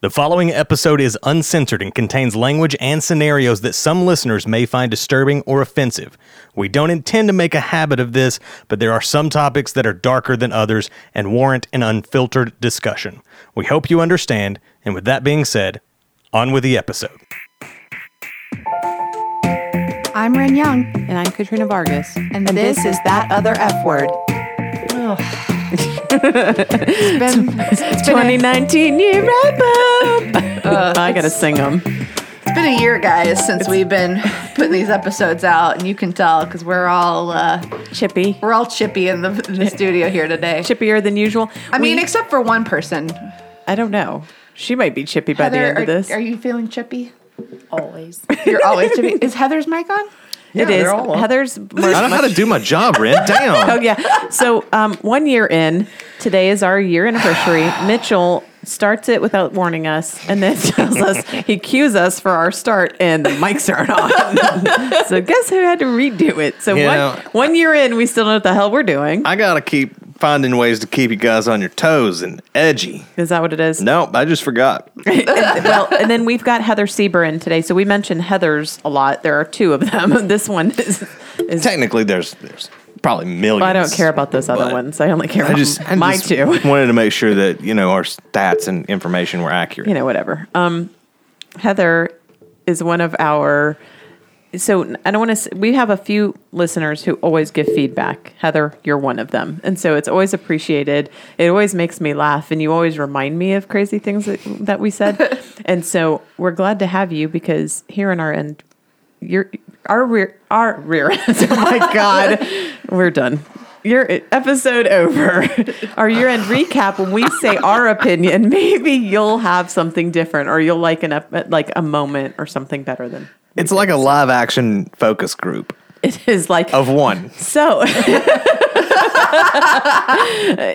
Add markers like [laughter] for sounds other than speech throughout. The following episode is uncensored and contains language and scenarios that some listeners may find disturbing or offensive. We don't intend to make a habit of this, but there are some topics that are darker than others and warrant an unfiltered discussion. We hope you understand, and with that being said, on with the episode. I'm Ren Young, And I'm Katrina Vargas. and, this, is that other F word. it's [laughs] been, it's been, a, 2019 year wrap [laughs] up. I gotta sing them. it's been a year, guys, since we've been putting these episodes out, and you can tell because we're all uh, Chippy, we're all chippy in the, in the studio here today. chippier than usual. I mean, We- except for one person. I don't know. She might be chippy by the Heather, end are, of this. are you feeling chippy? Always. You're always chippy. [laughs] Is Heather's mic on? it is Heather's. I don't know how to do my job, [laughs] Ren. Oh Damn. yeah. So um, one year in, today is our year anniversary. Mitchell starts it without warning us, and then [laughs] tells us he cues us for our start, and the mics aren't on. [laughs] so guess who had to redo it? So You one, know- one year in, we still know what the hell we're doing. I gotta keep finding ways to keep you guys on your toes and edgy. Is that what it is? Nope, I just forgot. and, well, and then we've got Heather Sieber in today. So we mentioned Heather's a lot. There are two of them. [laughs] This one is. is Technically, there's there's probably millions. I don't care about those other But- ones. I only care I about just [laughs] I my just two. wanted to make sure that you know our stats and information were accurate. you know, whatever. Um, Heather is one of our. So I don't want to. We have a few listeners who always give feedback. Heather, you're one of them, and so it's always appreciated. It always makes me laugh, and you always remind me of crazy things that, that we [laughs] said. and so we're glad to have you because here in our end, your our rear our rear end. [laughs] Oh my god, we're done. Your episode over. Our year end recap. When we say our opinion, [laughs] maybe you'll have something different, or you'll like an ep- like a moment or something better than It's like a live action focus group it is like. of [laughs] one. So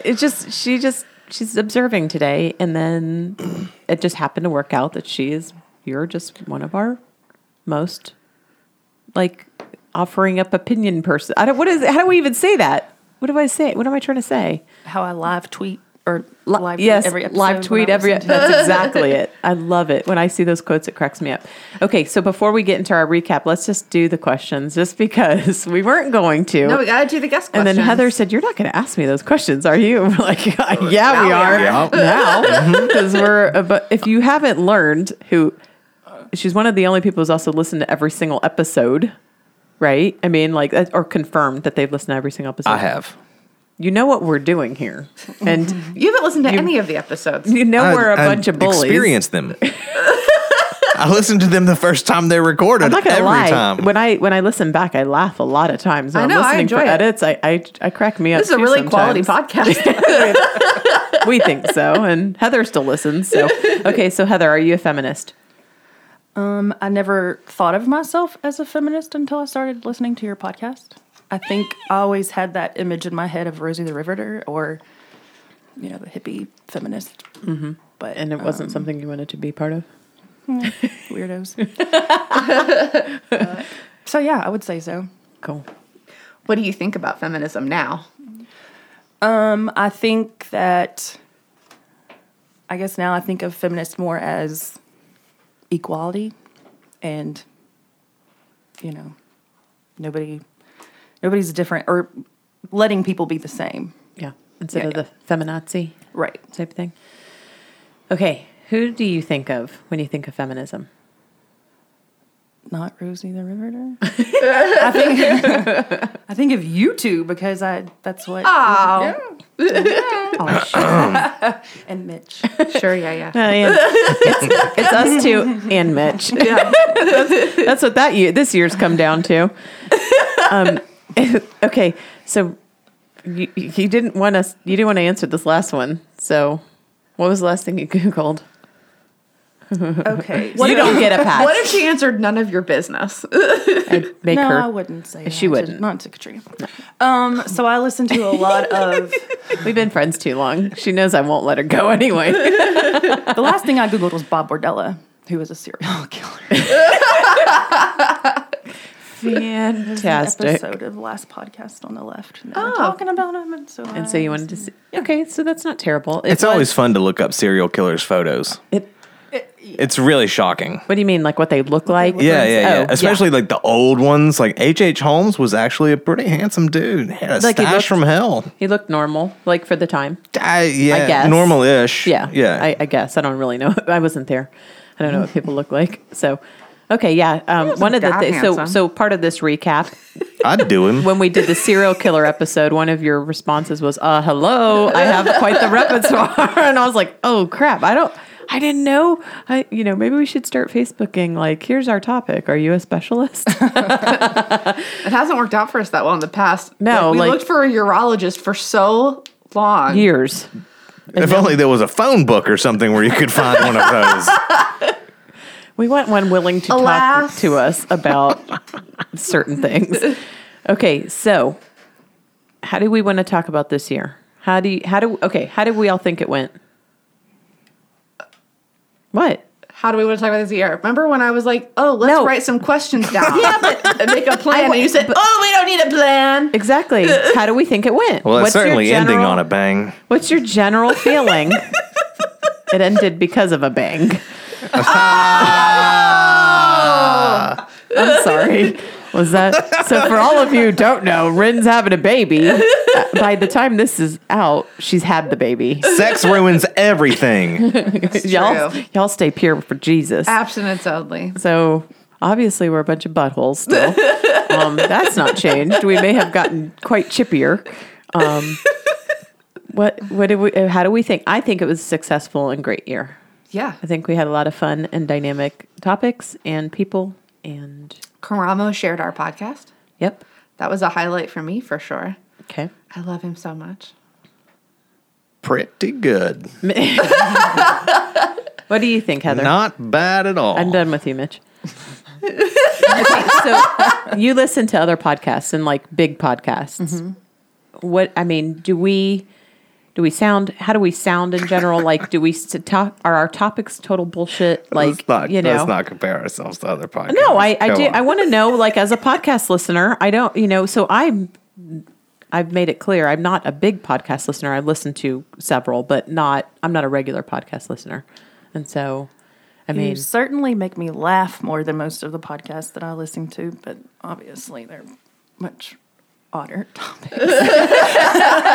it's just she just she's observing today, and then it just happened to work out that she is you're just one of our most like offering up opinion person. I don't what is how do we even say that? What do I say? What am I trying to say? How I live tweet or live yes, tweet every episode live when tweet I every. listen to- That's [laughs] exactly it. I love it when I see those quotes. It cracks me up. Okay, so before we get into our recap, let's just do the questions, just because [laughs] we weren't going to. No, we gotta do the guest And question. then Heather said, "You're not going to ask me those questions, are you?" [laughs] We're like, "Yeah, we are Yeah. [laughs] Mm-hmm. now because we're." uh, But if you haven't learned, who she's one of the only people who's also listened to every single episode, right? I mean, like, that- or confirmed that they've listened to every single episode. I have. You know what we're doing here, and you haven't listened to any of the episodes. you know I- we're a I bunch of bullies. Experienced [laughs] them. I listened to them the first time they recorded. I'm not gonna every lie. time. When I when I listen back, I laugh a lot of times. When I know, I am listening enjoy for it. edits. I, I I crack me up. this is a too really [laughs] quality sometimes. podcast. [laughs] we think so, and Heather still listens. So, okay, so Heather, are you a feminist? Um, I never thought of myself as a feminist until I started listening to your podcast. I think I always had that image in my head of Rosie the Riveter or, you know, the hippie feminist. Mm-hmm. But And it wasn't something you wanted to be part of. weirdos. [laughs] Uh, so yeah, I would say so. Cool. what do you think about feminism now? Um, I think that I guess now I think of feminists more as equality and you know nobody nobody's different or letting people be the same. Yeah. Instead Yeah, of the feminazi Right. type thing. Okay, who do you think of when you think of feminism? Not Rosie the [laughs] Riveter. I think I think [laughs] of you two because I that's what [laughs] Oh, Oh, sure. [clears throat] and Mitch. sure, yeah, yeah. Uh, It's, it's us two and Mitch. that's, [laughs] that's what that year, this year's come down to. Um, [laughs] okay, so you, you didn't want us. You didn't want to answer this last one. So, what was the last thing you [laughs] googled? [laughs] Okay. you don't get a pass. What if she answered none of your business? I'd make no, her. I wouldn't say She that to- wouldn't. not to Katrina. Um, so I listen to a lot [laughs] of We've been friends too long. She knows I won't let her go anyway. the last thing I googled was Bob Bordella, who was a serial [laughs] killer. Fantastic. Oh. Episode of last podcast on the left. And they were talking about him, and so And so you wanted to see. Okay, so that's not terrible. It it's always fun to look up serial killers' photos. It, It's really shocking. What do you mean? Like what they look like? Yeah, yeah, Oh, yeah. Especially like the old ones. Like H.H. H. Holmes was actually a pretty handsome dude. Had a Like, he stash looked- from hell. He looked normal, like for the time. I, yeah, guess. normal-ish. Yeah. yeah. I, I guess. I don't really know. [laughs] I wasn't there. I don't know what people look like. So, okay. Yeah. Um, one of the that things. So, handsome. so part of this recap, I'd do [laughs] him. when we did the serial killer episode, one of your responses was, uh, hello, I have quite the repertoire. [laughs] And I was like, oh, crap. I don't, I didn't know. I, you know, maybe we should start Facebooking. Like, here's our topic. Are you [laughs] a specialist? It hasn't worked out for us that well in the past. No, we like- looked for a urologist for so long. Years. if only there was a phone book or something where you could find one [laughs] of those. We want one willing to Alas. talk to us about certain things. Okay, so how do we want to talk about this year? How do you, how do okay, how did we all think it went? What? How do we want to talk about this year? Remember when I was like, "Oh, let's No. write some [laughs] questions down, yeah, but and make a plan," and you said, "Oh, we don't need a plan." Exactly. How do we think it went? Well, it's your certainly ending general- on a bang. What's your general feeling? it ended because of a bang. Ah. I'm sorry. Was that so? For all of you who don't know, Rin's having a baby. Uh, By the time this is out, she's had the baby. [laughs] Sex ruins [laughs] everything. y'all, true. y'all stay pure for Jesus. Abstinence only. So obviously, we're a bunch of buttholes still. um, that's not changed. We may have gotten quite chippier. Um, what what did we? uh, How do we think? I think it was a successful and great year. Yeah, I think we had a lot of fun and dynamic topics and people and Karamo shared our podcast. yep. That was a highlight for me for sure. Okay. I love him so much. Pretty good. What do you think, Heather? Not bad at all. I'm done with you, Mitch. okay, so you listen to other podcasts and like big podcasts. What I mean, do we do we sound? How do we sound in general? Like, do we s- talk? Are our topics total bullshit? Like, let's not, you know, let's not compare ourselves to other podcasts. no, I, I Go do. on. I want to know, like, as a podcast listener, I don't, you know, so I'm, I've made it clear I'm not a big podcast listener. I listen to several, but not, I'm not a regular podcast listener. And so, I mean, You certainly make me laugh more than most of the podcasts that I listen to, but obviously they're much odder [laughs] topics.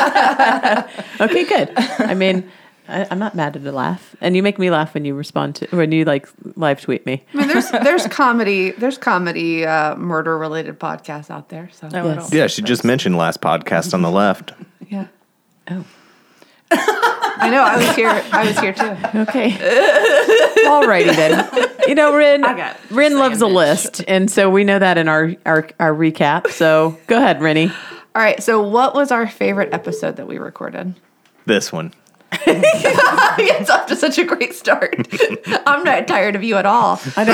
okay, [laughs] good. I mean, I, I'm not mad at a laugh. And you make me laugh when you respond to, when you like live tweet me. I mean, there's [laughs] there's comedy, there's comedy uh, murder related podcasts out there. So No, I don't. Yeah, she just mentioned last podcast on the left. yeah, Oh, I know. I was here. I was here too. [laughs] okay. Alrighty then. You know, Rin, got Rin loves a list. And so we know that in our, our, our recap. So go ahead, Rennie. All right. So, what was our favorite episode that we recorded? This one. [laughs] it's off to such a great start. [laughs] I'm not tired of you at all. I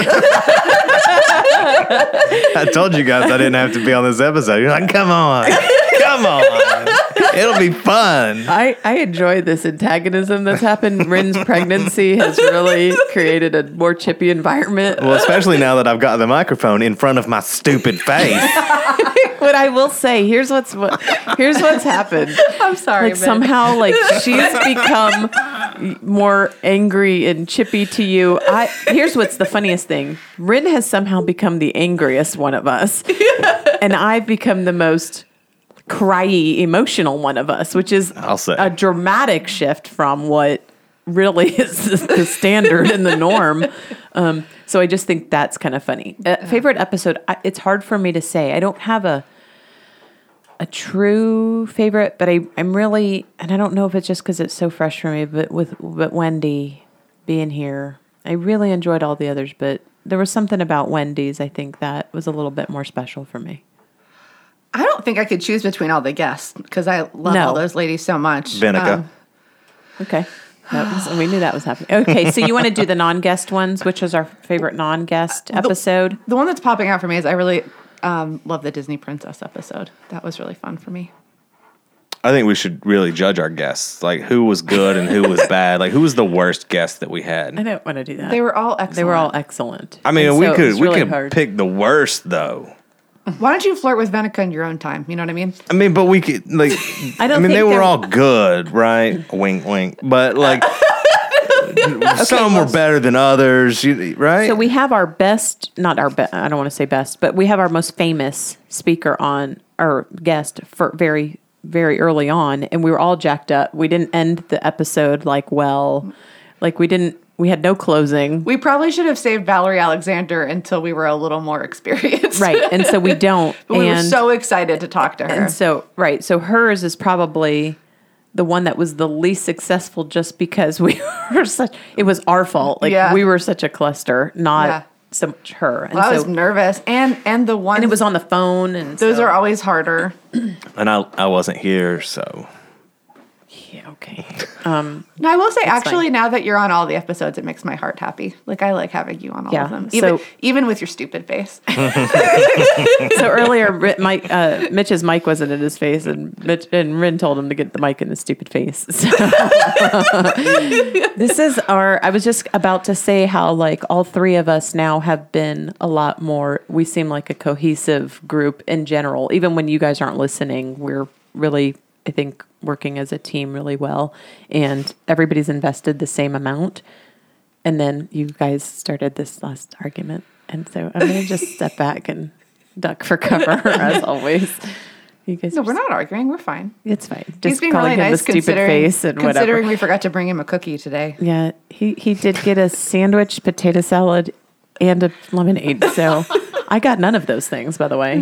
told you guys I didn't have to be on this episode. You're like, come on, come on, it'll be fun. I, I enjoy this antagonism that's happened. Rin's pregnancy has really created a more chippy environment. [laughs] Well, especially now that I've got the microphone in front of my stupid [laughs] face. What I will say, here's what's what, here's what's happened. I'm sorry. Like somehow, like she's become more angry and chippy to you. I here's what's the funniest thing. Rin has somehow become the angriest one of us, and I've become the most cryy, emotional one of us, which is I'll say. a dramatic shift from what really is [laughs] the standard and the norm. Um, so I just think that's kind of funny. Uh, favorite episode? I, it's hard for me to say. I don't have a a true favorite, but I, I'm really, and I don't know if it's just because it's so fresh for me, but with but Wendy being here, I really enjoyed all the others, but there was something about Wendy's I think that was a little bit more special for me. I don't think I could choose between all the guests because I love No. all those ladies so much. Venica. Um, Okay. That was, we knew that was happening. Okay, so you want to do the non-guest ones, which is our favorite non-guest episode. the one that's popping out for me is I really um, love the Disney Princess episode. That was really fun for me. I think we should really judge our guests, like who was good and who [laughs] was bad, like who was the worst guest that we I had. don't want to do that. They were all excellent. they were all excellent. I mean, And we so it could was we really could hard. pick the worst though. Why don't you flirt with Venica in your own time? You know what I mean? I mean, but we could like. I I don't. don't I mean, think they were there- [laughs] all good, right? wink, wink. But like, Some were better than others, you, right? So we have our best, not our best, I don't want to say best, but we have our most famous speaker on or guest for very, very early on. And we were all jacked up. We didn't end the episode like well, like we didn't, we had no closing. We probably should have saved Valerie Alexander until we were a little more [laughs] experienced. Right. And so we don't. but [laughs] we were and so excited to talk to her. And so, right. So hers is probably the one that was the least successful just because we [laughs] were such, it was our fault. Like Yeah. we were such a cluster, not Yeah. so much her. And Well, I so, was nervous, and and the one and it was on the phone. And those so- are always harder. and I, I wasn't here, so yeah, okay. No, I will say actually, fine. now that you're on all the episodes, it makes my heart happy. Like I like having you on all Yeah, of them, even so- even with your stupid face. [laughs] [laughs] so earlier, Ri- Mike, uh, Mitch's mic wasn't in his face, and Mitch and Rin told him to get the mic in his stupid face. [laughs] So this is our. I was just about to say how like all three of us now have been a lot more. We seem like a cohesive group in general, even when you guys aren't listening. We're really, I think, working as a team really well, and everybody's invested the same amount. And then you guys started this last argument. And so I'm going [laughs] to just step back and duck for cover as always. You guys, no, are we're just- not arguing. We're fine. It's fine. He's Just being calling really him nice, the stupid considering face and considering whatever. we forgot to bring him a cookie today. Yeah, he he did get a sandwich, potato salad, and a lemonade. So I got none of those things, by the way.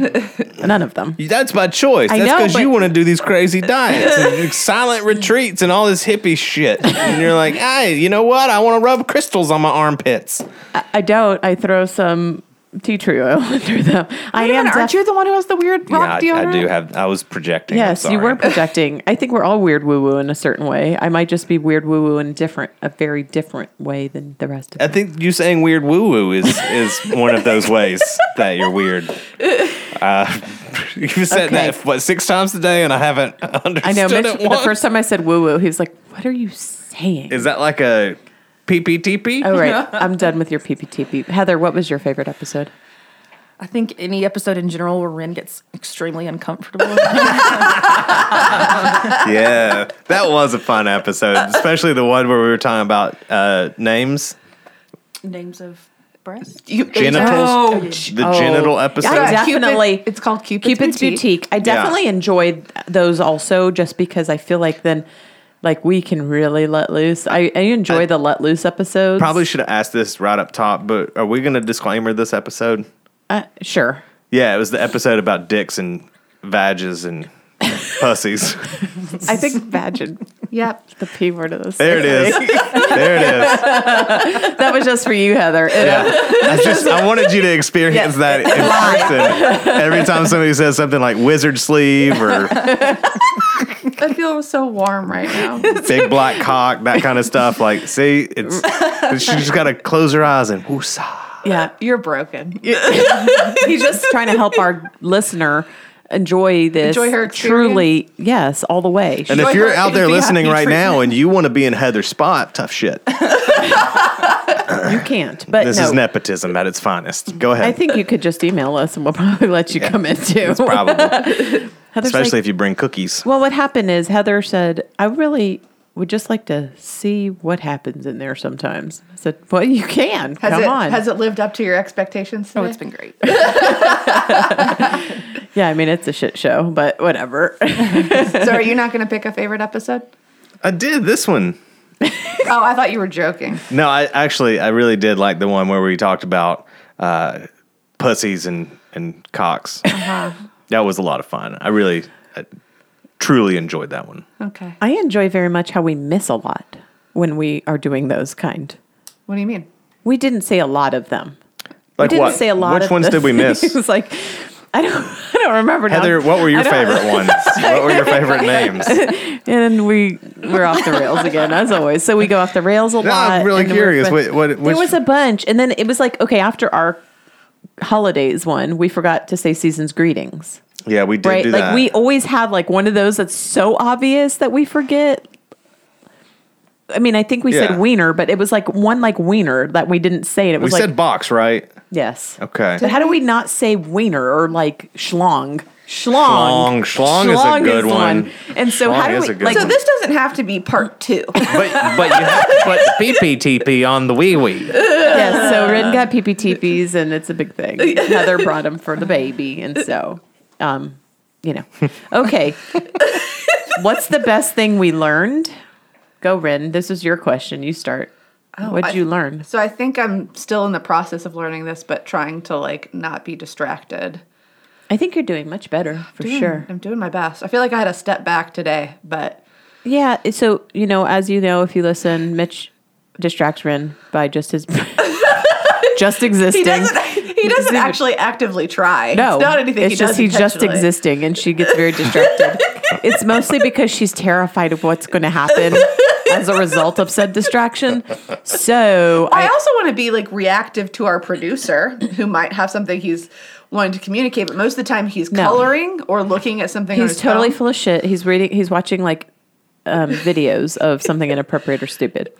None of them. that's by choice. I That's know, because you but- want to do these crazy diets, [laughs] and silent retreats, and all this hippie shit. And you're like, hey, you know what? I want to rub crystals on my armpits. I, I don't. I throw some tea tree oil [laughs] under them. I Wait a am. minute, aren't def- you the one who has the weird rock yeah, I, I deodorant? do have. I was projecting. I'm Yes, you were sorry. projecting. I think we're all weird woo woo in a certain way. I might just be weird woo woo in a different, a very different way than the rest of I us. think you saying weird woo woo is is one of those ways that you're [laughs] weird. Uh, [laughs] you've said Okay. that what six times today, and I haven't [laughs] understood I know. Mitch, it the once. first time I said woo woo, he was like, "What are you saying?" is that like a PPTP? [laughs] oh right, I'm done with your PPTP. Heather, what was your favorite episode? I think any episode in general where Ren gets extremely uncomfortable. [laughs] yeah, that was a fun [laughs] episode, especially the one where we were talking about uh, names, Names of breasts. You- genitals, the Oh, genital episode. I Yeah, Cupid- definitely- it's called Cupid's, Cupid's Boutique. I definitely enjoyed those also, just because I feel like then, like we can really let loose. I, I enjoy the let loose episodes. Probably should have asked this right up top, but are we going to disclaimer this episode? uh, sure. Yeah, it was the episode about dicks and vages and pussies. I think imagine Yep. the p word of this. There it is. There it is. That was just for you, Heather. It- I just I wanted you to experience that in person. Every time somebody says something like wizard sleeve [laughs] or I feel so warm right [laughs] now. big black cock, that kind of stuff, like see, it's she just gotta close her eyes and woosah. yeah, You're broken. uh, he's just trying to help our listener enjoy this. Enjoy her truly, yes, all the way. And if Enjoy you're her out there creepy listening happy right now and you want to be in Heather's spot, tough shit. you can't, but This [laughs] no, is nepotism at its finest. Go ahead. I think you could just email us, and we'll probably let you come in too. it's [laughs] probable, Heather's especially like, if you bring cookies. Well, what happened is Heather said, I really would just like to see what happens in there sometimes. I said, Well, you can. Has Come it on. has it lived up to your expectations? Oh, today? it's been great. yeah, I mean, it's a shit show, but whatever. [laughs] [laughs] so are you not going to pick a favorite [laughs] episode? I did this one. Oh, I thought you were joking. No, I actually I really did like the one where we talked about uh, pussies and and cocks. Uh-huh. That was a lot of fun. I really, I truly enjoyed that one. Okay. I enjoy very much how we miss a lot when we are doing those kind. What do you mean? We didn't say a lot of them. Like we didn't say a lot Which of ones the did we miss? things, [laughs] like, I don't, [laughs] I don't remember [laughs] now. Heather, what were your I don't- favorite [laughs] ones? What were your favorite names? And we we're off the rails again, as always. So we go off the rails a lot. I'm really and we're curious. fun- What- what- which- there was a bunch, and then it was like, okay, after our holidays one, we forgot to say season's greetings, Yeah, we did right? do like that. we always have like one of those that's so obvious that we forget. I mean, I think we Yeah. said wiener, but it was like one like wiener that we didn't say, and it we was like said box, right? yes. Okay. But how do we not say wiener or like schlong? Schlong. Schlong. Schlong is a good one. And so Schlong how do is a we good like? one. So this doesn't have to be part [laughs] two. [laughs] But but you have to put the PPTP on the wee wee. Yes. [laughs] So Ren got pee pee teepees, and it's a big [laughs] thing. Heather brought them for the baby, and so, um, you know, [laughs] okay. What's the best thing we learned? Go, Ren. This is your question. You start. What'd I- you learn? So I think I'm still in the process of learning this, but trying to like not be distracted. I think you're doing much better for Doing- sure. I'm doing my best. I feel like I had a step back today, but Yeah. it- So, you know, as you know, if you listen, Mitch distracts Ren by just [laughs] his just existing. he doesn't. [laughs] He doesn't actually actively try. no, it's not anything. It's he just does he's just intentionally. existing, and she gets very [laughs] distracted. it's mostly because she's terrified of what's going to happen as a result of said distraction. So I I, also want to be like reactive to our producer who might have something he's wanting to communicate, but most of the time he's No. coloring or looking at something. on he's his totally phone. full of shit. He's reading. He's watching like um, videos of something inappropriate [laughs] or stupid.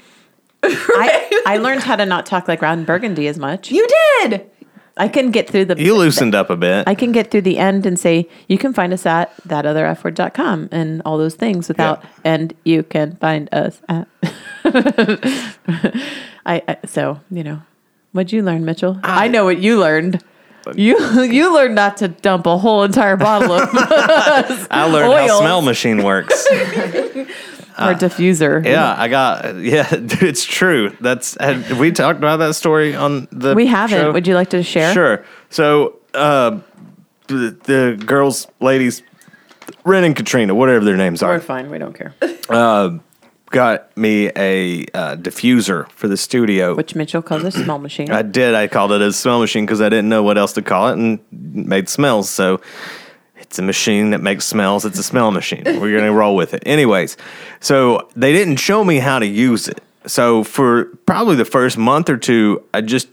I, I learned how to not talk like Ron Burgundy as much. you did. I can get through the You loosened up a bit. I can get through the end and say, you can find us at thatotherfword.com and all those things without, Yeah. and you can find us at. [laughs] I, I So, you know, what'd you learn, Mitchell? I, know what you learned. You you learned not to dump a whole entire bottle of [laughs] [laughs] I learned how Oils. smell machine [laughs] works. our diffuser. Yeah, I got. [laughs] Yeah, dude, it's true. That's had we talked about that story on the. We haven't. show? Would you like to share? Sure. So, uh, the, the girls, ladies, Ren and Katrina, whatever their names are, We're fine. We don't care. got me a uh, diffuser for the studio. Which Mitchell calls a small machine. I did. I called it a smell machine because I didn't know what else to call it and made smells. So it's a machine that makes smells. It's a smell machine. We're going to roll with it. Anyways, so they didn't show me how to use it. So for probably the first month or two, I just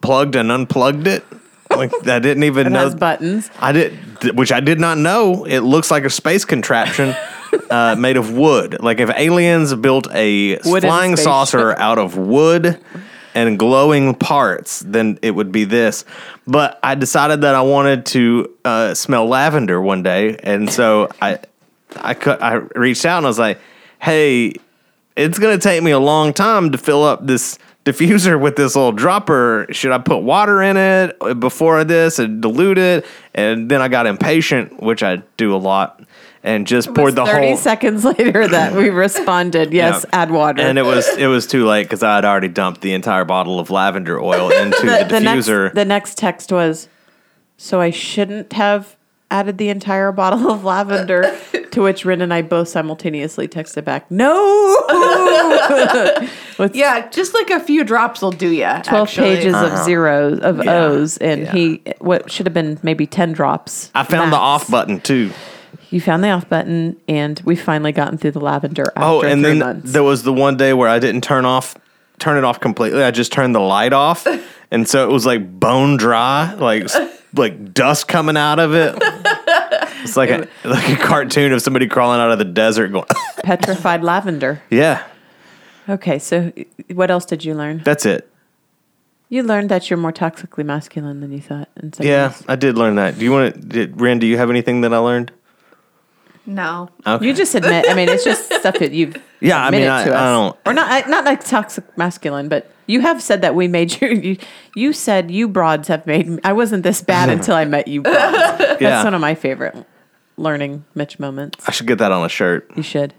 plugged and unplugged it. Like I didn't [laughs] even It know has buttons. I did, th- which I did not know. It looks like a space contraption uh, made of wood. Like if aliens built a Wooden flying spaceship. saucer out of wood and glowing parts, then it would be this. But I decided that I wanted to uh, smell lavender one day, and so I, I, cu- I reached out and I was like, "Hey, it's gonna take me a long time to fill up this." Diffuser with this little dropper. Should I put water in it uh, before this and dilute it? And then I got impatient, which I do a lot, and just poured the 30 whole seconds later [laughs] that we responded, yes, Yeah. add water. and it was it was too late because I had already dumped the entire bottle of lavender [laughs] oil into the, diffuser. Next, the next text was, "So I shouldn't have added the entire bottle of [laughs] lavender." to which Rin and I both simultaneously texted back, "No." [laughs] With Yeah, just like a few drops will do ya. twelve actually. pages of zeros of uh-huh. Yeah. O's, and Yeah. he what should have been maybe ten drops. I found the max. off button too. You found the off button, and we finally gotten through the lavender. After Oh, and three then months. there was the one day where I didn't turn off turn it off completely. I just turned the light [laughs] off, and so it was like bone dry, like s- like dust coming out of it. [laughs] It's like a like a cartoon of somebody crawling out of the desert going. [laughs] petrified lavender. yeah, Okay, so what else did you learn? that's it. You learned that you're more toxically masculine than you thought. And so Yeah, I did learn that. Do you want to, did, Rand? Do you have anything that I learned? No, Okay. You just admit. I mean, [laughs] it's just stuff that you've Yeah, I mean, admitted I- to us. I don't- or not I- not like toxic masculine, but you have said that we made [laughs] you. You, you said you broads have made. me- I wasn't this bad until I met [laughs] you. Broads. [laughs] That's Yeah. one of my favorite learning Mitch moments. I should get that on a shirt. You should.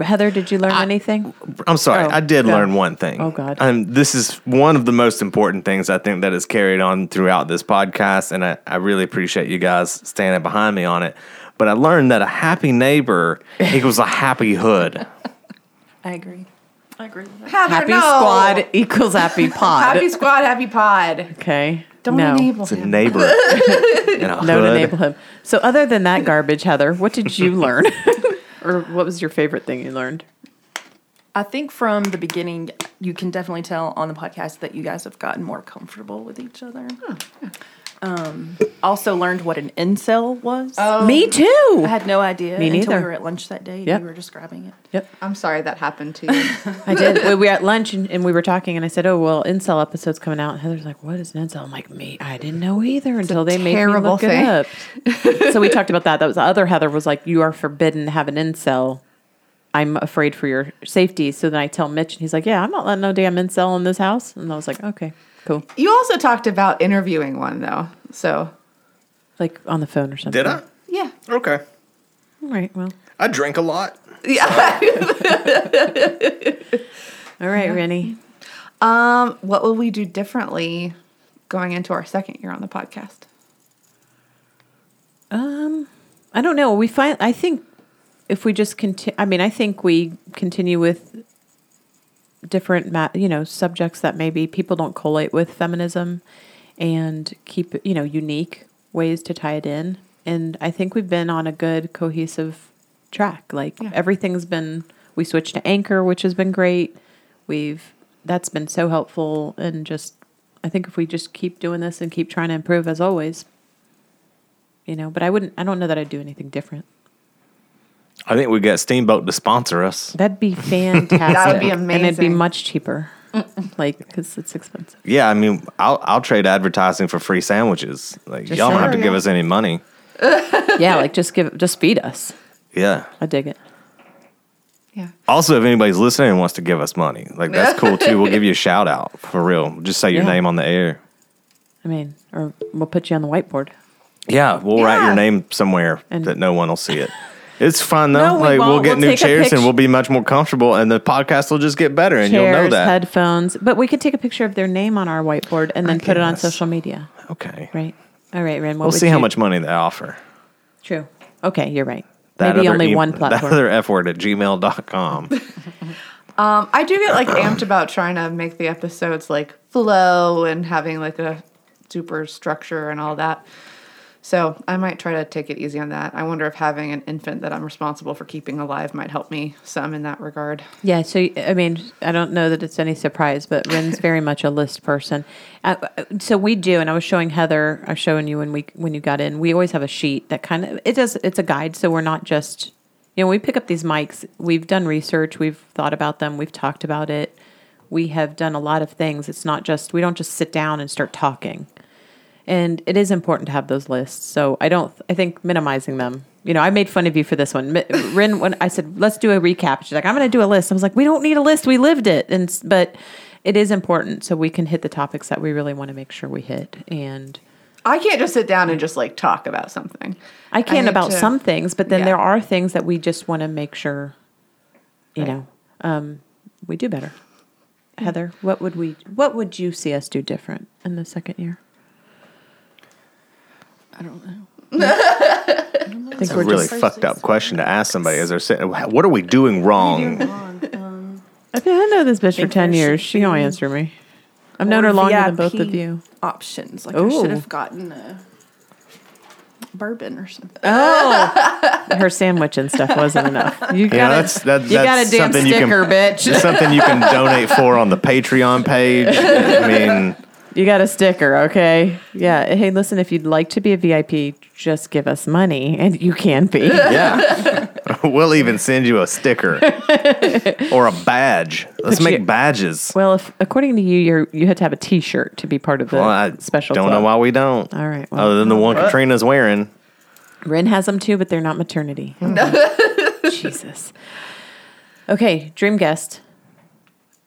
Heather, did you learn anything? I'm sorry. Oh, I did go. learn one thing. Oh, God. Um, this is one of the most important things I think that is carried on throughout this podcast, and I, I really appreciate you guys standing behind me on it. But I learned that a happy [laughs] neighbor equals a happy hood. I agree. I agree. Heather, Happy no. squad equals [laughs] happy pod. Happy squad. Happy pod. okay. Don't no. enable It's a him. [laughs] neighbor. and a No, hood. to enable him. So, other than that garbage, Heather, what did you learn, [laughs] or what was your favorite thing you learned? I think from the beginning, you can definitely tell on the podcast that you guys have gotten more comfortable with each other. Um, Also learned what an incel was. Um, Me too. I had no idea Me until we neither. were at lunch that day. and Yep. You were describing it. I'm sorry that happened to you. I did. We we were at lunch and, and we were talking, and I said, "Oh well, incel episode's coming out." And Heather's like, "What is an incel?" I'm like, "Me, I didn't know either until they made me terrible look thing. it up." so we talked about that. That was the other Heather was like, "You are forbidden to have an incel." I'm afraid for your safety. So then I tell Mitch, and he's like, "Yeah, I'm not letting no damn incel in this house." And I was like, "Okay, cool." you also talked about interviewing one though. So Like on the phone or something. Did I? yeah, Okay. All right. Well. I drink a lot. All right, Rennie. Um, what will we do differently going into our second year on the podcast? Um, I don't know. We find I think if we just continue, I mean, I think we continue with different, ma- you know, subjects that maybe people don't collate with feminism, and keep you know unique ways to tie it in. And I think we've been on a good cohesive track. Like everything's been. We switched to Anchor, which has been great. We've that's been so helpful, and just I think if we just keep doing this and keep trying to improve as always, you know. But I wouldn't. I don't know that I'd do anything different. I think we got Steamboat to sponsor us. That'd be fantastic. that be and it'd be amazing. much cheaper, like because it's expensive. Yeah, I mean, I'll I'll trade advertising for free sandwiches. Like Just y'all don't have to saying. give us any money. Yeah, like just give, just feed us. Yeah. I dig it. Yeah. Also, if anybody's listening and wants to give us money, like that's cool too. We'll give [laughs] you a shout out for real. Just say your Yeah. name on the air. I mean, or we'll put you on the whiteboard. Yeah, we'll write your Yeah. name somewhere And- that no one will see it. It's fun though. No, we like we'll won't. get We'll new take a chairs and pict- we'll be much more comfortable, and the podcast will just get better, and you'll know Chairs, that. headphones, but we could take a picture of their name on our whiteboard and then put it on guess. social media. okay, Right. All right, Ren. What we'll would see how you- much money they offer. True. Okay, you're right. That Maybe other only em- one [laughs] That platform. other F word at [laughs] gmail.com. Um, I do get like amped about trying to make the episodes like flow and having like a super structure and all that. So I might try to take it easy on that. I wonder if having an infant that I'm responsible for keeping alive might help me some in that regard. Yeah, so I mean, I don't know that it's any surprise, but Ren's very much a list person. Uh, so we do, and I was showing Heather, I was showing you when we when you got in. We always have a sheet that kind of it does. It's a guide, so we're not just you know when we pick up these mics. We've done research, we've thought about them, we've talked about it, we have done a lot of things. It's not just we don't just sit down and start talking and it is important to have those lists. So I don't. I think minimizing them. You know, I made fun of you for this one, Mi- Rin. When I said let's do a recap, she's like, "I'm going to do a list." I was like, "We don't need a list. We lived it." And s- but it is important so we can hit the topics that we really want to make sure we hit. And I can't just sit down and just like talk about something. I can need about to- some things, but then yeah. there are things that we just want to make sure, you know, um, we do better. Heather, what would we? What would you see us do different in the second year? I don't know. [laughs] I think It's a really fucked up question to ask somebody as they're sitting. What are we doing wrong? Okay, I know this bitch for think ten there should years. She gonna be answer me. I've known her longer than both of [laughs] you. Options. Like I Ooh. should have gotten a bourbon or something. Um, Oh, her sandwich and stuff wasn't enough. You got Yeah, that's that, you got a that's damn something you sticker, can bitch. something you can donate for on the Patreon page. I mean, You got a sticker, okay? Yeah. Hey, listen, if you'd like to be a VIP, just give us money, and you [laughs] can be. yeah, we'll even send you a sticker or a badge. Let's Put make you- badges. well, if according to you, you you had to have a T-shirt to be part of the Well, I special. don't club. know why we don't. All right, well- other than the one Katrina's wearing. Ren has them too, but they're not maternity. Hmm. [laughs] Jesus. Okay, dream guest.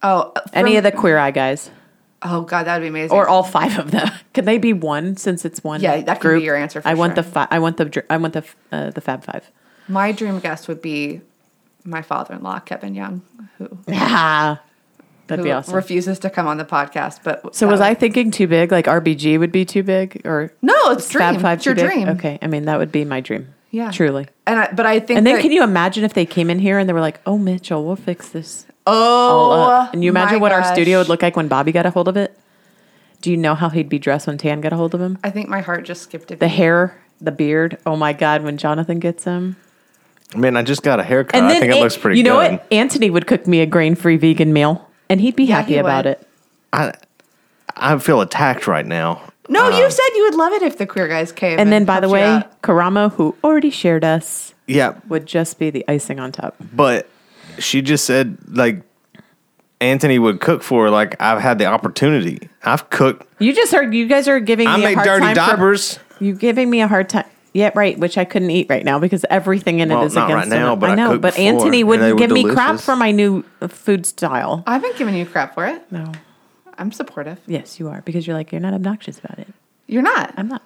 Oh, Any of the queer eye guys. Oh god, that'd be amazing. or all five of them. [laughs] Can they be one since it's one? Yeah, that could be group? your answer for I want sure. the fi- I want the dr- I want the f- uh, the Fab Five. [laughs] my dream guest would be my father-in-law Kevin Young, who Ah, that'd who be awesome. refuses to come on the podcast. But so that was would- I thinking too big? Like RBG would be too big, or No, it's is dream. Fab Five it's your too big? dream. Okay, I mean that would be my dream. Yeah. truly. And I, but I think And then that- can you imagine if they came in here and they were like, "Oh, Mitchell, we'll fix this all oh up," and you imagine my what our gosh. studio would look like when Bobby got a hold of it? Do you know how he'd be dressed when Tan got a hold of him? I think my heart just skipped a beat. The hair, the beard. Oh my God! When Jonathan gets him. Man, I just got a haircut. And Uh, I then think it, An- looks pretty You know good. what? Anthony would cook me a grain-free vegan meal, and he'd be happy he about would. it. I I feel attacked right now. No, you said you would love it if the queer guys came. And then, by helped the you way, out. Karamo, who already shared us, Yeah, would just be the icing on top. but she just said like Anthony would cook for her, like I've had the opportunity. I've cooked. You just heard. You guys are giving I me a make hard dirty time for- diapers. you giving me a hard time. Yeah, right. Which I couldn't eat right now because everything in Well, it is not against right now, them. but I I know. cooked but before, Anthony and they wouldn't were give me crap delicious. for my new uh, food style. I haven't given you crap for it. No. I'm supportive. Yes, you are because you're like you're not obnoxious about it. You're not. I'm not.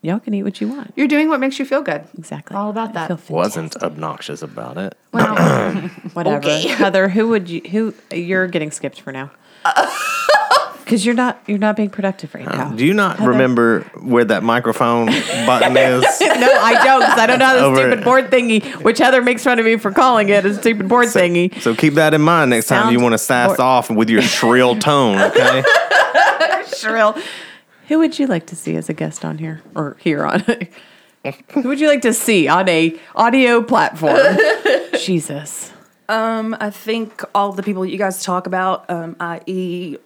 Y'all can eat what you want. You're doing what makes you feel good. Exactly. All about I that. feel fantastic. Wasn't obnoxious about it. Well, [laughs] Whatever. Heather, who would you? Who you're getting skipped for now? Uh. [laughs] Because you're not. You're not being productive right now. Do you not Heather? remember where that microphone button is? [laughs] no, I don't. 'cause I don't know how the Over stupid it. board thingy, which Heather makes fun of me for calling it a stupid board thingy. So keep that in mind next time Sound you want to sass or- off with your shrill tone. [laughs] Okay. Shrill. Who would you like to see as a guest on here or here on? [laughs] Who would you like to see on a [laughs] audio platform? Jesus. Um, I think all the people you guys talk about, um, i.e.,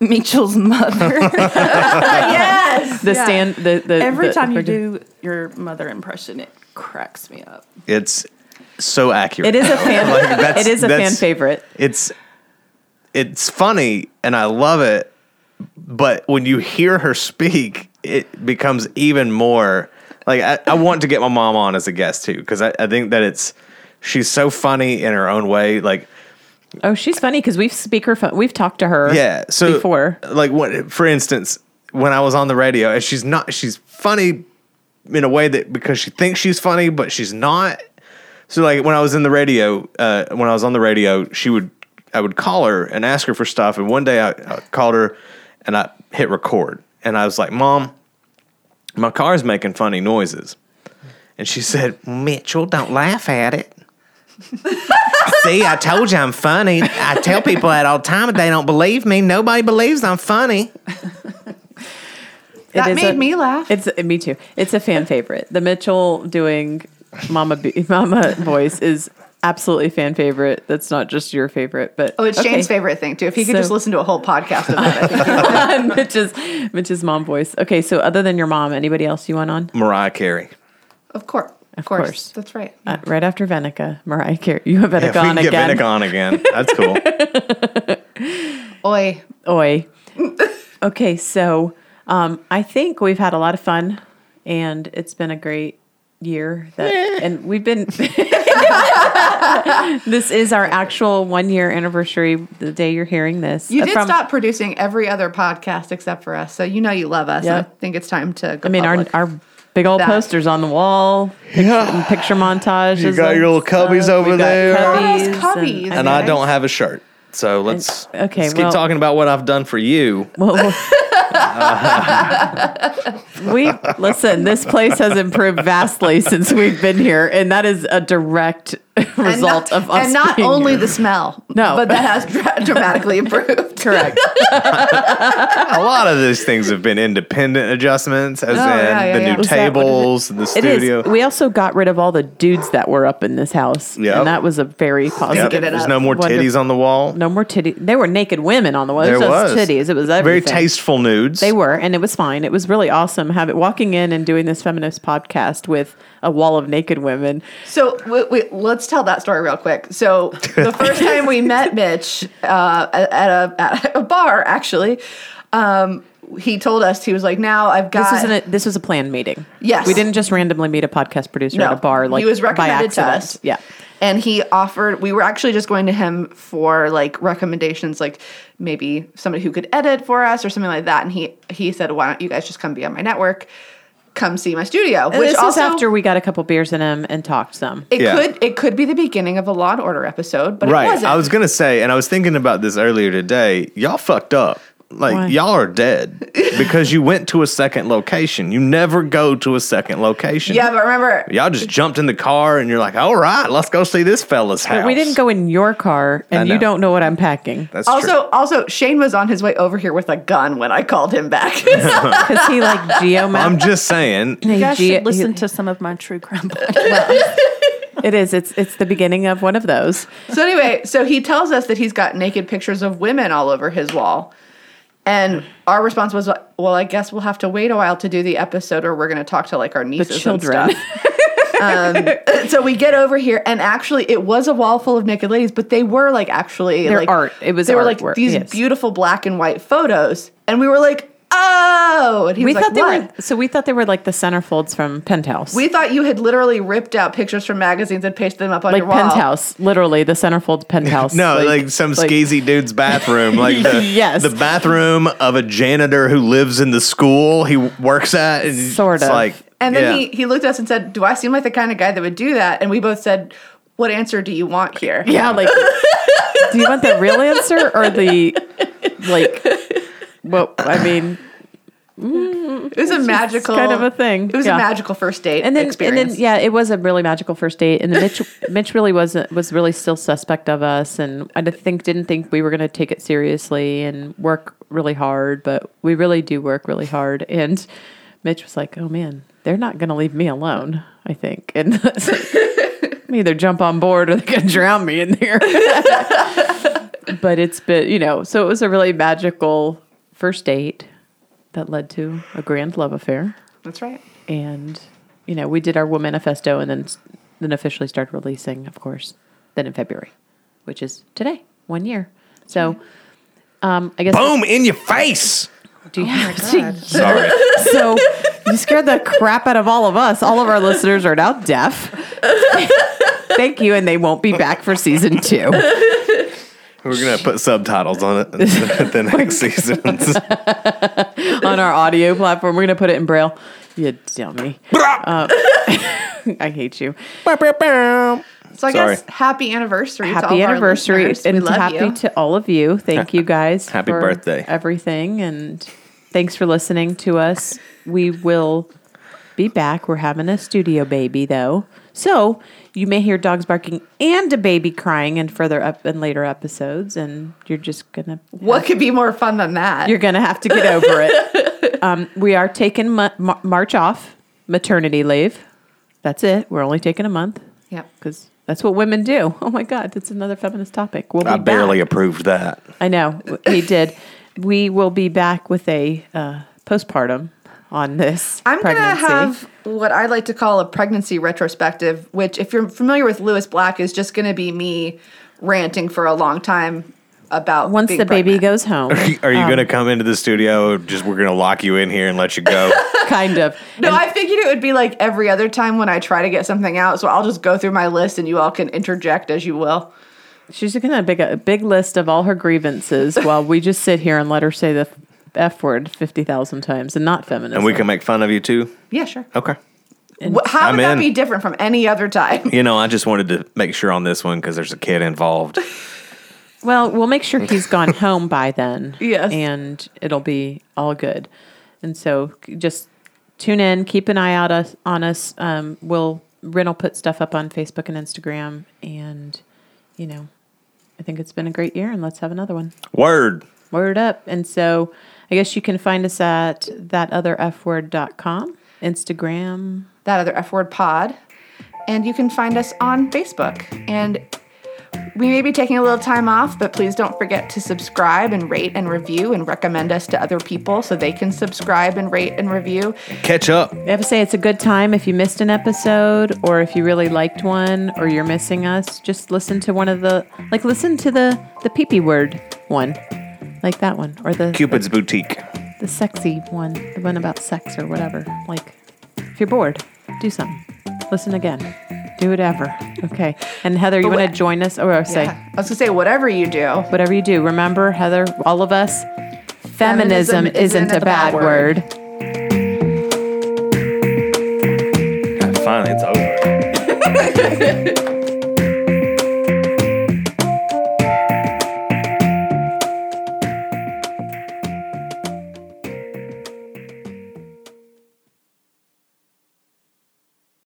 Mitchell's [laughs] mother. [laughs] yes. The stand the the Every the- time you the- do your mother impression, it cracks me up. It's so accurate. [laughs] It is a fan Like, that's- It is a fan that's- favorite. It's it's funny and I love it, but when you hear her speak, it becomes even more like I, I want to get my mom on as a guest too because I, I think that it's she's so funny in her own way. Like Oh, she's funny because we've speakerphone we've talked to her yeah, so before. like what for instance when I was on the radio and she's not she's funny in a way that because she thinks she's funny but she's not So like when I was in the radio, uh, when I was on the radio, she would I would call her and ask her for stuff. And one day I, I called her and I hit record and I was like, "Mom, my car's making funny noises," and she said, "Mitchell, don't laugh at it." See, I told you I'm funny. I tell people that all the time, but they don't believe me. Nobody believes I'm funny. that is made a- me laugh. It's me too. It's a fan favorite. The Mitchell doing Mama B, [laughs] Mama voice is absolutely fan favorite. That's not just your favorite, but oh, it's okay. Jane's favorite thing too. If he could So- just listen to a whole [laughs] podcast about it. Mitch's Mitch's mom voice. Okay, so other than your mom, anybody else you want on? Mariah Carey. Of course. Of course. course. That's right. Uh, right after Venica, Mariah Carey. You have Venica If we on can get again. Vinica on again, that's [laughs] cool. Oi. Oi. okay, so um, I think we've had a lot of fun, and it's been a great year. That and we've been. [laughs] this is our actual one year anniversary. The day you're hearing this, You Uh, did from- stop producing every other podcast except for us, so you know you love us. Yeah. and I think it's time to go. I mean, our public. our big old That. posters on the wall, picture, Yeah. picture montages. You got of your little cubbies stuff. over We got there. Oh, those cubbies cubbies. and- and Okay. I don't have a shirt. So let's okay, let's keep well- talking about what I've done for you. Well, [laughs] well- we listen. This place has improved vastly since we've been here, and that is a direct And not- result of us. And not being only here. the smell, No. but that has [laughs] dra- dramatically improved. correct. A lot of those things have been independent adjustments, Oh, as in yeah, yeah, the yeah. new Is that what it tables, the It studio. is. We also got rid of all the dudes that were up in this house, Yep. and that was a very positive. Yep, get it There's up. no more Wonderful. titties on the wall. No more titty. They were naked women on the wall. there it was, was just titties. It was everything. very tasteful nudes. They were, and it was fine. It was really awesome. Have it walking in and doing this feminist podcast with a wall of naked women. So w wait, let's tell that story real quick. So [laughs] the first time we met Mitch uh, at, at a, at a bar, actually, um, he told us he was like, "Now I've got." This was not a, this was a planned meeting. Yes. we didn't just randomly meet a podcast producer at a No. bar. Like he was by recommended to accident. us. Yeah, and he offered. We were actually just going to him for like recommendations, like maybe somebody who could edit for us or something like that. And he he said, "Why don't you guys just come be on my network? Come see my studio." which this was after we got a couple beers in him and talked some. it Yeah. could it could be the beginning of a Law and Order episode, but right. it wasn't. I was gonna say, and I was thinking about this earlier today. Y'all fucked up. Like Why? y'all are [laughs] dead because you went to a second location. You never go to a second location. yeah, but remember, Y'all just jumped in the car and you're like, all right, let's go see this fella's house. But we didn't go in your car, and you know. don't know what [laughs] I'm packing That's true. Also, also, Shane was on his way over here with a gun when I called him back. [laughs] because [laughs] he like geo I'm just [laughs] saying. You guys should listen to some of my true crime [laughs] podcasts. It is. It's it's the beginning of one of those. so anyway, so he tells us that he's got naked pictures of women all over his wall, And our response was, well, I guess we'll have to wait a while to do the episode, or we're going to talk to like our nieces children. and stuff. um, [laughs] so we get over here, and actually, it was a wall full of naked ladies, but they were like actually They're like art. It was they were like artwork, these yes. beautiful black and white photos, and we were like, oh, and he we was like, thought they "What?" were so we thought they were like the centerfolds from Penthouse. We thought you had literally ripped out pictures from magazines and pasted them up on like your wall. Penthouse, literally the centerfold [laughs] Penthouse. No, like, some skeezy dude's bathroom, [laughs] like the Yes. the bathroom of a janitor who lives in the school he works at, and Sort it's of. like And then yeah. he, he looked at us and said, Do I seem like the kind of guy that would do that? And we both said, What answer do you want here? yeah, like do you want the real answer or the like? Well, I mean, It [laughs] was a magical kind of a thing. It was Yeah. a magical first date and then experience. and then yeah, it was a really magical first date. And then Mitch Mitch really wasn't was really still suspect of us, and I did think didn't think we were going to take it seriously and work really hard, but we really do work really hard. And Mitch was like, "Oh man, they're not going to leave me alone." I think, and [laughs] it's like, "I'm either jump on board or they're going to drown me in there. but it's been you know, so it was a really magical first date that led to a grand love affair That's right. and you know we did our wool manifesto and then then officially started releasing of course then in february which is today one year so um i guess boom in your face. do you have Sorry, [laughs] [laughs] so you scared the crap out of all of us all of our listeners are now deaf [laughs] thank you and they won't be back for season [laughs] two we're gonna put subtitles on [laughs] it [laughs] the next season. on our audio platform we're gonna put it in braille you dummy Uh, [laughs] i hate you So I Sorry. guess happy anniversary. to all happy of our anniversary listeners. and we love happy you. to all of you. Thank [laughs] you guys. Happy for birthday. Everything and thanks for listening to us. We will be back. We're having a studio baby though. So you may hear dogs barking and a baby crying in further up in later episodes and you're just gonna what could be more fun than that? you're gonna have to get over it. [laughs] Um, we are taking ma- ma- March off maternity leave. That's it. We're only taking a month yep. because that's what women do. [laughs] Oh my God, that's another feminist topic. We'll be I Uh, barely back. approved that. I know he did. We will be back with a uh, postpartum on this I'm pregnancy. gonna have what I like to call a pregnancy retrospective, which, if you're familiar with Lewis Black, is just gonna be me ranting for a long time about once being the baby pregnant. goes home, [laughs] [laughs] Are you Um, gonna come into the studio? Just we're gonna lock you in here and let you [laughs] go. Um, kind of. [laughs] No, I figured it would be like every other time when I try to get something out. So I'll just go through my list, and you all can interject as you will. She's gonna big a big list of all her grievances while we just sit here and let her say the f word fifty thousand times and not feminist. and we can make fun of you too. Yeah, sure. Okay. Wh- How I'm would in. that be different from any other time? [laughs] You know, I just wanted to make sure on this one because there's a kid involved. Well, we'll make sure he's gone home by then. Yes. And it'll be all good. And so c- just tune in, keep an eye out us, on us. Um, we'll Rin will put stuff up on Facebook and Instagram. And, you know, I think it's been a great year and let's have another one. Word. Word up. And so I guess you can find us at thatotherfword.com, Instagram. That other F word pod. And you can find us on Facebook. And we may be taking a little time off, but please don't forget to subscribe and rate and review and recommend us to other people so they can subscribe and rate and review. Catch up. I have to say, it's a good time if you missed an episode or if you really liked one or you're missing us, just listen to one of the, like, listen to the, the pee pee word one, like that one, or the, Cupid's Boutique. the sexy one, the one about sex or whatever. Like, if you're bored, do something. Listen again. Do it ever. Okay. And Heather, you But want to wha- join us? Oh, Or say, I was gonna say, whatever you do, whatever you do, remember, Heather, all of us, feminism, Feminism isn't, a bad word. Fine, it's over.